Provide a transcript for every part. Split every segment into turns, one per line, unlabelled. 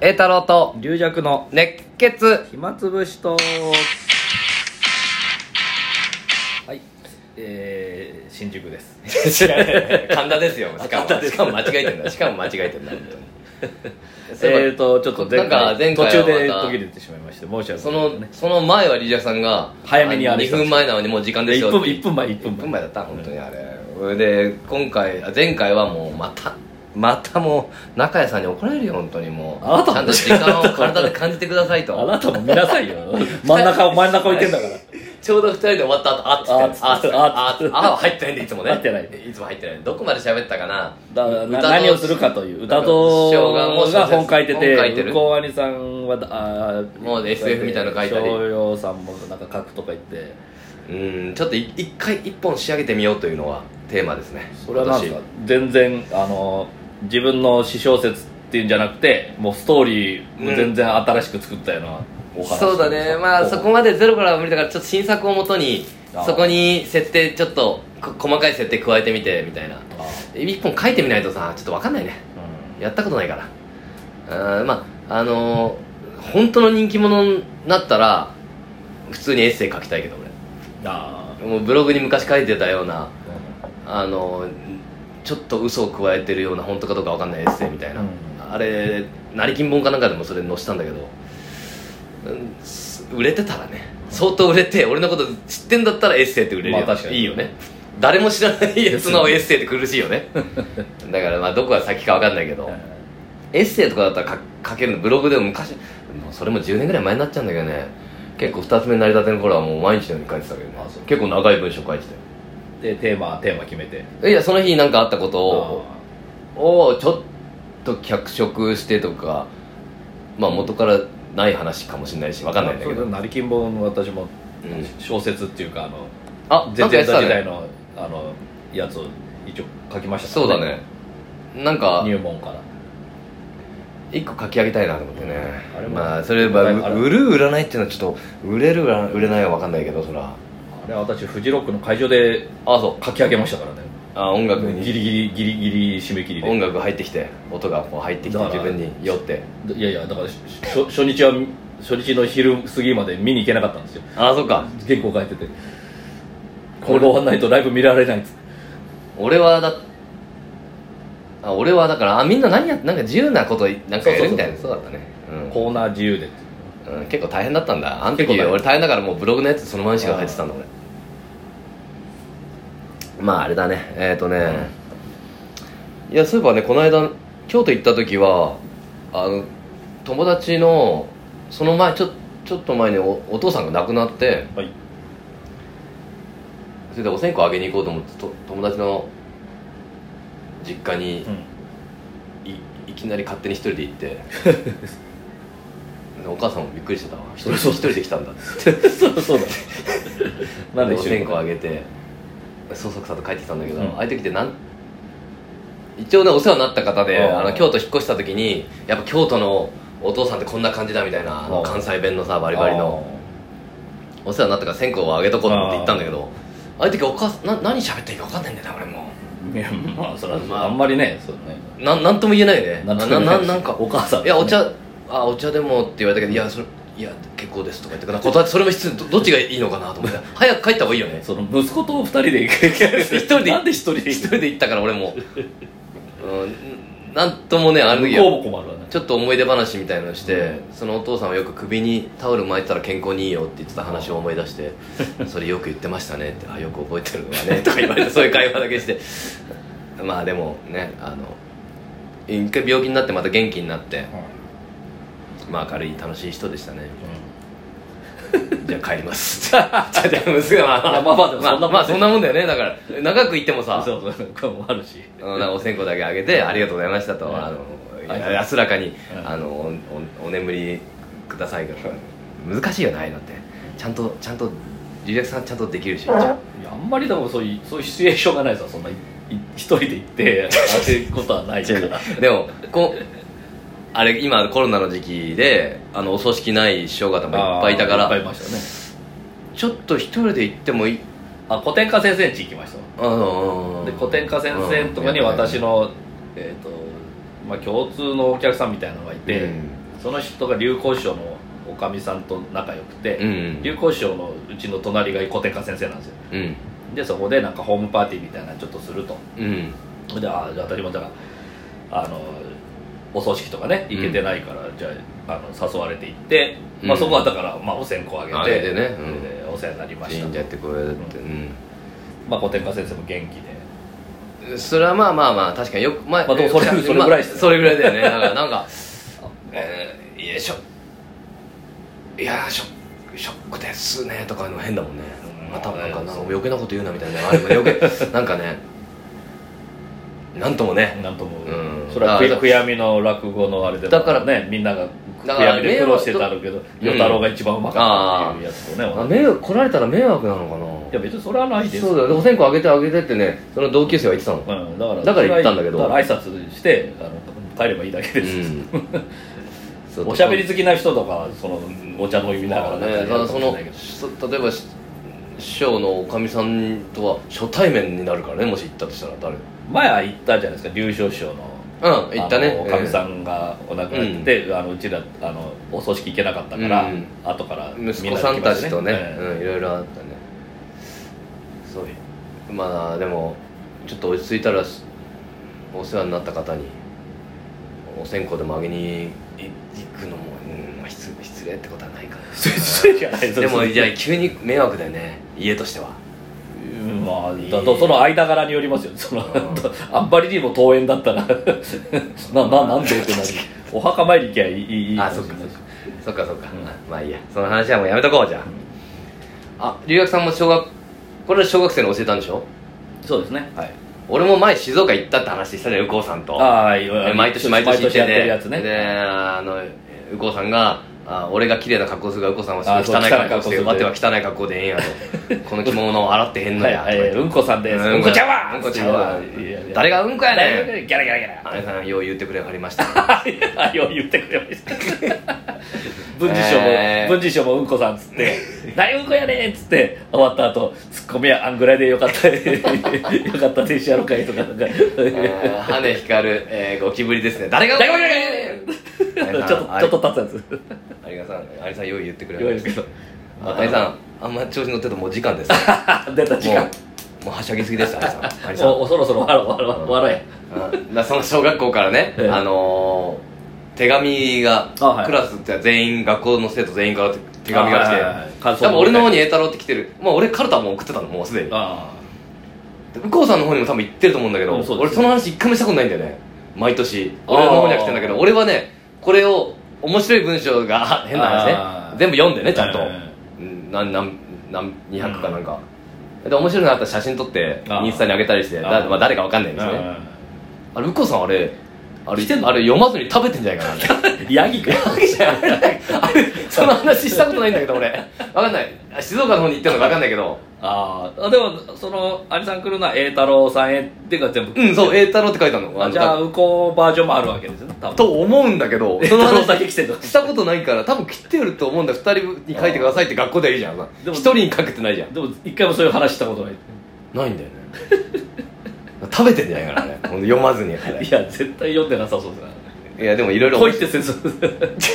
栄太郎と
龍弱の
熱血
暇つぶしとはいえー、新宿です
知らない 神田 ですよしか
神田
も
です
しかも間違えてんだしかも間違え てんだ本当に
えーとちょっと前
なん
回
か前回
途
は
中で
また
途切れてしまいまして申し訳ない
そのその前はリージャーさんが
早めにあれ
2分前なのにもう時間ですよ
1分1分前1
1
分
分前
前
だった本当にあれそれで今回あ前回はもうまたまたもう中谷さんに怒られるよ本当にもう
あなたも
ちゃんと時間を体で感じてくださいと
あなたも見なさいよ 真ん中を真ん中置いてんだから
ちょうど二人で終わった後、あっつって、
あ
あ
っ
っ
つ
つ
っ
ってて、
あ
あ
っ
っ
つ
つっ
っ
てて、あは入ってないんで、いつもね。
入ってない
いつも入ってない。どこまで喋ったかな。
だな
歌と
何をするかという歌
師匠がも
と
う
が本書いてて
本書いてる
向こう兄さんはあー
もう SF みたいなの書いたり
翔陽さんもなんか書くとか言って
うん、ちょっとい一回一本仕上げてみようというのはテーマですね。
それはなんですか
私
全然あの自分の私小説っていうんじゃなくてもうストーリーも全然新しく作ったようなお話、
そうだね。まあそこまでゼロからは無理だから、ちょっと新作をもとに
あー、
そこに設定、ちょっとこ細かい設定加えてみて、みたいな。
あ
一本書いてみないとさ、ちょっとわかんないね。
う
やったことないからあーまああのー本当の人気者になったら普通にエッセイ書きたいけど
んあ
俺もうブログに昔書いてたような
ー
あのーちょっと嘘を加えてるような本当かどうかわかんないエッセイみたいな、
うん
あれ成金本かなんかでもそれ載せたんだけど、うんす売れてたらね相当売れて俺のこと知ってんだったらエッセイって売れるよ、
まあ確かに
いいよね誰も知らないやつのエッセイって苦しいよ ねだからまあどこが先かわかんないけど、エッセイとかだったら書書けるのブログでも昔もうそれも10年ぐらい前になっちゃうんだけどね結構2つ目になりたての頃はもう毎日のように書いてたけどね
あそう
結構長い文章書いてた
でテーマテーマ決めて
よいやその日なんかあったことを
あ
をちょっと脚色してとかまあ元からない話かもしれないしわ
ー
かんないんだけ
そ
ど
う成金本の私も
うん
小説っていうかあの
あなんかや
前
って
々
た
時代
ね
のあのやつを一応書きました
そうだねなんか
入門から
一個書き上げたいなと思ってね
あれも
まあそれは
あれ
売る売らないっていうのはちょっと売れる売ら売れないはわかんないけどそら
あれは私フジロックの会場で
あそう
書き上げましたからね
あ音楽に
ギリギリギリギリ締め切りで
音楽入ってきて音がこう入ってきて
だから
自分に酔って
いやいやだからし初初日は初日の昼過ぎまで見に行けなかったんですよ
ああそっか
原稿書いててこれが終わんないとライブ見られないんです
俺はだあ俺はだからあみんな何やなんか自由なことなんかやるみたいなそうだったね
コーナー自由で
うん、うん、結構大変だったんだあの
結構
時
大変
俺大変だからもうブログのやつそのままにしか入ってたんだ俺まああれだねえっ、ー、とね、いやそういえばねこの間京都行った時はあの友達のその前ちょちょっと前におお父さんが亡くなって
はい
それでお線香あげに行こうと思ってと友達の実家に い,、きなり勝手に一人で行ってでお母さんもびっくりしてたわ一人
そりゃそう
一人で来たんだっつっ
そうそうだなん
てお
で一緒
線
に
香あげてそそくさと帰ってきたんだけど、
うん
ああいう時ってなん一応ねお世話になった方で
あー
あの京都引っ越した時にやっぱ京都のお父さんってこんな感じだみたいなあの
あー
関西弁のさバリバリのお世話になったから線香をあげとこうと思って行ったんだけどああいう時お母さんな何喋っていいか分かんないんだよな俺もう。
あーいやまあそれは、
まあ
あ、んまりねそうね
なんなんとも言えないよね
なんと
な
も言
な
えない
ななんか
お母さん
いやお茶あお茶でもって言われたけどいやそれいや結構ですとか言って なんか断ってそれも失礼どどっちがいいのかなと思って 早く帰った方がいいよね
その息子と二人で一
一人で
なんで一人で
一人で行ったから俺もうんなんともねあの時
向こうも困るわね
ちょっと思い出話みたいなのして、そのお父さんはよく首にタオル巻いてたら健康にいいよって言ってた話を思い出 して「それよく言ってましたね」って「あよく覚えてるわね」 とか言われてそういう会話だけしてまあでもねあの一回病気になってまた元気になってまあ明るい楽しい人でしたねじゃあ帰ります じゃあ娘はまあ
ま
ま
あ
あ
ま
ま
あでもそんな
あ、まあ、そんなも
もん
んだよねだから長く行っても
あ
さ
そうそうこれもあるし
あのなんかお線香だけあげて「ありがとうございましたと」
うん
あの
はい
や安らかに、
うん
あのおおお眠りくださいが難しいよねああいうのってちゃんとちゃんとリラックスさんちゃんとでき るし
いやあんまりでもそういうそういうシチュエーションがないさそんない 一人で行ってあげることはないから
でもこうあれ今コロナの時期であのお葬式ない師匠方もいっぱいいたか
あーいっぱい
ら
いましたね
ちょっと一人で行ってもいい
あ古典科先生んち行きました
あの
で古典科先生のとかに
うん
私の、えっ、とまあ共通のお客さんみたいなのがいて、
うん
その人が流行師匠のおかみさんと仲良くて、
うんうん
流行師匠のうちの隣が小手川先生なんですよ
うん
でそこでなんかホームパーティーみたいなのちょっとすると
うん
でああじゃあ私もだからあのお葬式とかね行けてないから、じゃああの誘われて行って、まあ、
うん
そこはだから、まあ、お線香あげて
あげてねうん
それでお世話になりました
神社ってこうやってうん
まあ、古典科先生も元気で
それはまあまあまあ確かによくまあ
まあでもそれ
えー
それぐらいです
ま
ね
あそれぐらいだよねだからなんかえーよいしょいやーショックショックですねとかいうの変だもんね
うん
またなんかなんか
そう
余計なこと言うなみたいなあれもね余 計なんかねなんともね
なんとも、
うん
それは
だ
悔
から
悔やみの落語のあれでも
だから
ねみんなが
だ
悔
から
やみで苦労してたろうけど
迷惑と
与太郎が一番うまかったっていうやつをね、
あ迷惑来られたら迷惑なのか
いや
な
別にそれはないです
そうだよお線香あげてあげてってねその同級生は言ってたの
うん、だから
だから言ったんだけど
だから挨拶してあの帰ればいいだけです、
そう
おしゃべり好きな人とかはそのお茶飲みながら
ね、
ね
ただそのそ例えばし師匠のおかみさんとは初対面になるからねもし行ったとしたら誰
前は言ったじゃないですか流昇師匠の
うん行った
あの
ね
おかみさ
ん、
んがお亡くなりになって、うあのうちらあのお葬式行けなかったから、
うん
後から
ええ息子さんたちとね
みんなで来ましたね
うんいろいろあったねそうまあでもちょっと落ち着いたらしお世話になった方にお線香でもあげにい行くのも、うんまあ、失失礼ってことはないか
失礼じゃない
なでもい
じゃ
や急に迷惑だよね家としては
まあだとその間柄によりますよその、
う
あんまりにも遠縁だったら なななん でってなるお墓参り行きゃいいいいいい
あそっかそっかそっかそっか、
うん
まあいいやその話はもうやめとこうじゃあ、あ留学さんも小学これは小学生に教えたんでしょ
そうですね
はい俺も前静岡行ったって話したね右近さんと
ああい
で
や
毎年毎年行って
やって
ね
るやつね
であの右近さんがあ俺が綺麗な格好するが右近さんは
あ
すごい汚い
そう汚
格好して
い格好する
待っては汚い格好でええんや とこの着物を洗ってへんのや
はいはいうんこさんです
うん
うんこちゃんは
うんこちゃんはい
やいや
誰がうんこやねん
ギャラギャラギャ
姉さんよう言ってくれはりました
ラあよう言ってくれました文治師匠も、
えー
文治師匠もうんこさんっつって「大うんこやねん」っつって終わった後ツッコミはあんぐらいでよかったよかった停止やろうかい」とかなんか
えー羽光る、えーゴキブリですね誰がうんこやねん
ちょっとちょっと立つや
有賀さん有賀さんよう言ってくれ
つよう言うけど
あ有賀さんあんま調子乗ってるともう時間です
出た 時
もう
間
もうはしゃぎすぎでした有賀 さん有賀さん
おおそろそろ笑わわ笑え
うんだからその小学校からね、
ええ
あのー手紙が、
あはい
クラスって全員学校の生徒全員から手紙が来て、
あはいはいはい感想
多
も
分俺の方に栄太郎って来てるまあ俺カルタも送ってたのもうすでに
ああ
で右近さんの方にも多分行ってると思うんだけど、
うんそうです
俺その話一回もしたことないんだよね毎年
あー
俺の方には来てんだけど俺はねこれを面白い文章が変な話
あ
ね
ー
全部読んでねちゃんと、
はいはいはい
うんなんなんなん200かなんか、で面白いのあったら写真撮って
あー
インスタに上げたりしてだ
あー
まあ、誰かわかんないんですよねあれ右近さんあれあれ
来てんの
あれ読まずに食べてんじゃないかな
ヤギか
あれその話したことないんだけど俺わかんないあ静岡の方に行ってるのかわかんないけど
あーあでもその有さん来るのは栄太郎さんへっていうか全部
うんそう栄太郎って書いてあるの
あじゃあ右近バージョンもあるわけですね多分
と思うんだけど
栄
そ
太
の
郎だ
話
け来てる
したことないから多分切ってると思うんだ2人に書いてくださいって学校ではいいじゃん
で
一
も
人に書けてないじゃん
でも一回もそういう話したことない
ないん だよね食べてんじゃないかなね読まずにあれ
いや絶対読んでなさそうですね
いやでもいろいろ
恋って説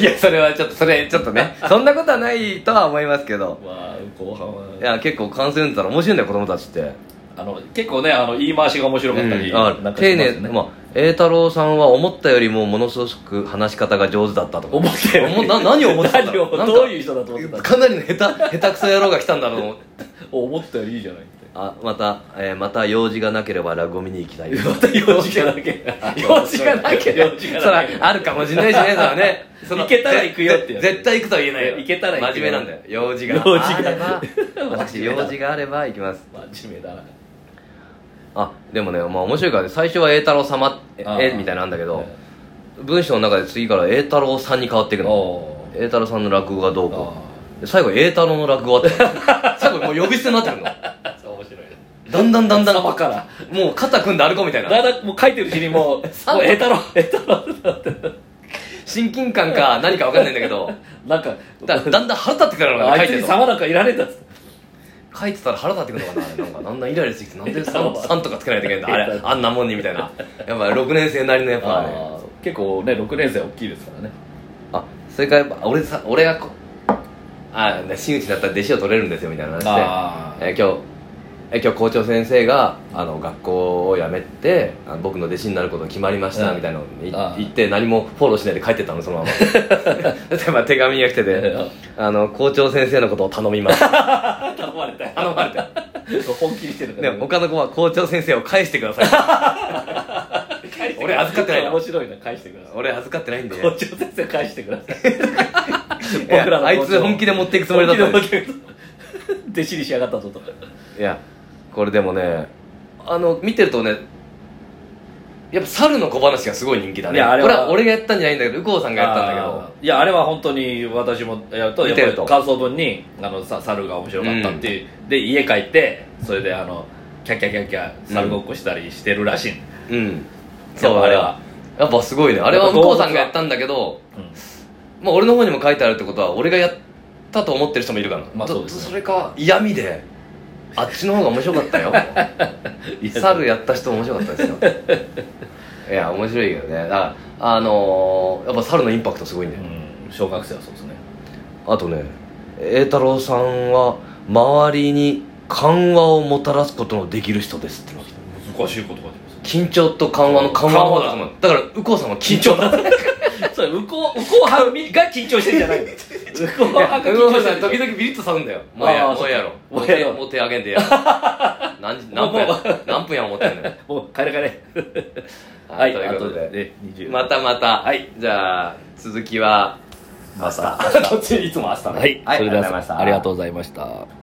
いやそれはちょっとそれちょっとねそんなことはないとは思いますけど
まあ後半
い
は
や結構関西運ったら面白いんだよ子供たちって
あの結構ねあの言い回しが面白かったり、
うんあ
なんか
丁
します
寧
よね
まあ栄太郎さんは思ったよりもものすごく話し方が上手だったとか
思ったより
思な何を思ってたんだろう
何を
なんか
どういう人だと思ってた
かなりの下手下手 くそ野郎が来たんだろうと思って
思ったよりいいじゃないって
あまた、えーまた用事がなければ落語見に行き たい
また用事 がなければ用事がなければ
用事がなければそらあるかもしれないしねそらねその
行けたら行くよってやつ
ぜ絶対行くとは言えないよ
行けたら行く
真
よ
面目なんだよ用事が
用事が
あれば私
真
用
面目だ
事があれば行きます
真面目だな
あでもね、まあ、面白いからね最初は栄太郎様え
あー
えみたいなんだけど、文章の中で次から栄太郎さんに変わっていくの
お
栄太郎さんの落語がどうこ
あ
うで最後栄太郎の落語は って最後もう呼び捨てになってるの
あ面白いね
だんだんだんだん
様から
もう肩組んで歩こうみたいな
だいたいもう書いてるうちにも う「もうええだろええだろ」
親近感か何か分かんないんだけ ど
なんか
だだんだん腹立ってくるのかな
あ
書
い
い
つ
て
に
る
様なんかいられたっつって
書いてたら腹立ってくるのかなあれなんかだんだんイライラしてきてなんで さん
だ
さんとかつけないといけないんだあれあんなもんにみたいなやっぱ6年生なりのやっぱね
あー結構ね6年生大きいですからね
あそれからやっぱ俺さ俺がこあ真打ちだったら弟子を取れるんですよみたいな話で
あ
えー今日えー今日校長先生があの学校を辞めてあの僕の弟子になることが決まりました
うん
みたいなのをい
あー
言って何もフォローしないで帰ってったのそのま までまあ手紙が来てて
ー
あの校長先生のことを頼みました
頼まれた よ
頼まれた
本気にしてるか
で
ら
他の子は校長先生を返してください
返してください
俺預かってないの
面白いな返してください
俺預かってないんで
校長先生返してください
いや
僕らの
あ
校
い
長
つ本気で持っていくつもりだったんで
本気で本気で弟子にしやがったぞと
いやこれでもねあの見てるとねやっぱ猿の小話がすごい人気だね
いやあれは
これは俺がやったんじゃないんだけど右近さんがやったんだけど
あーいやあれは本当に私もやるとや
見
ってぱ
る
り
と
感想文にあのさ猿が面白かったっていう、で家帰ってそれであのキャッキャキャッキャ猿ごっこしたりしてるらしい、
うん
そうあれは
やっぱすごいねあれは向こうさんがやったんだけど、まあ、俺の方にも書いてあるってことは俺がやったと思ってる人もいるから、
まあ
と
そうですね
それか嫌味であっちの方が面白かったよ
いや
猿やった人面白かったですよいや面白いけどねだからあのーやっぱ猿のインパクトすごいね、
うん小学生はそうですね
あとね栄太郎さんは周りに緩和をもたらすことのできる人ですってのが来た
難しいことができます
緊張と緩和の緩和法だと思うだから右近さんは緊張だ
それ向こう向こう派が緊張してんじゃな い向こう派 が緊張してんじゃない
時々ビリッとさるんだよ
あー
もうや
そ
も
っ
う
か
やろ
もうやろ
もう手あげんでや 何時何分や
もうも
何分や思っ てんのよ
もう帰れ帰れはい
ということで
あとで20
またまたはいじゃあ続きは
明日どっちいつも明日ねはい
はい
それで
ありがとうございまし
は
た
ありがとうございました